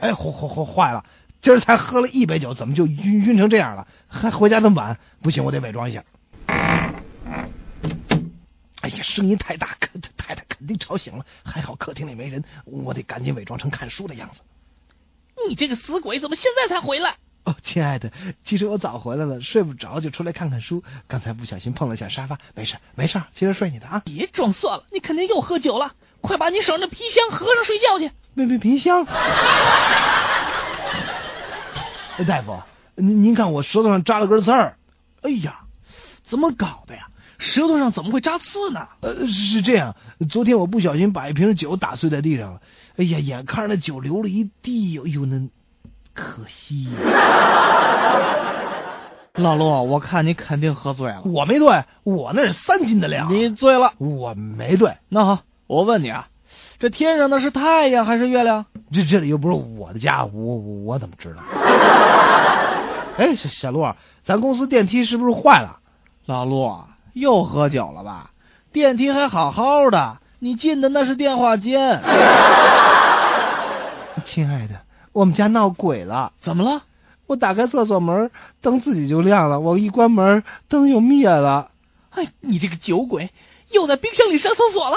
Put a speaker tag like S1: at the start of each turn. S1: 哎，坏坏坏坏了，今儿才喝了一杯酒，怎么就晕晕成这样了？还回家这么晚，不行，我得伪装一下。哎呀，声音太大，肯太太肯定吵醒了。还好客厅里没人，我得赶紧伪装成看书的样子。
S2: 你这个死鬼，怎么现在才回来？
S1: 哦，亲爱的，其实我早回来了，睡不着就出来看看书。刚才不小心碰了下沙发，没事没事，接着睡你的啊。
S2: 别装蒜了，你肯定又喝酒了。快把你手上的皮箱合上睡觉去。
S1: 妹妹皮箱。 哎大夫，您您看我舌头上扎了根刺儿，
S2: 哎呀，怎么搞的呀？舌头上怎么会扎刺呢？
S1: 呃，是这样，昨天我不小心把一瓶酒打碎在地上了，哎呀，眼看着那酒流了一地，哎呦那可惜呀、
S2: 老陆，我看你肯定喝醉了。
S1: 我没对，我那是三斤的量，啊
S2: 你醉了。
S1: 我没对，
S2: 那好，我问你啊，这天上的是太阳还是月亮？
S1: 这这里又不是我的家，我我我怎么知道？哎，小小洛，咱公司电梯是不是坏了？
S2: 老陆，又喝酒了吧？电梯还好好的，你进的那是电话间。
S1: 亲爱的，我们家闹鬼了。
S2: 怎么了？
S1: 我打开厕所门，灯自己就亮了；我一关门，灯又灭了。
S2: 哎，你这个酒鬼，又在冰箱里上厕所了。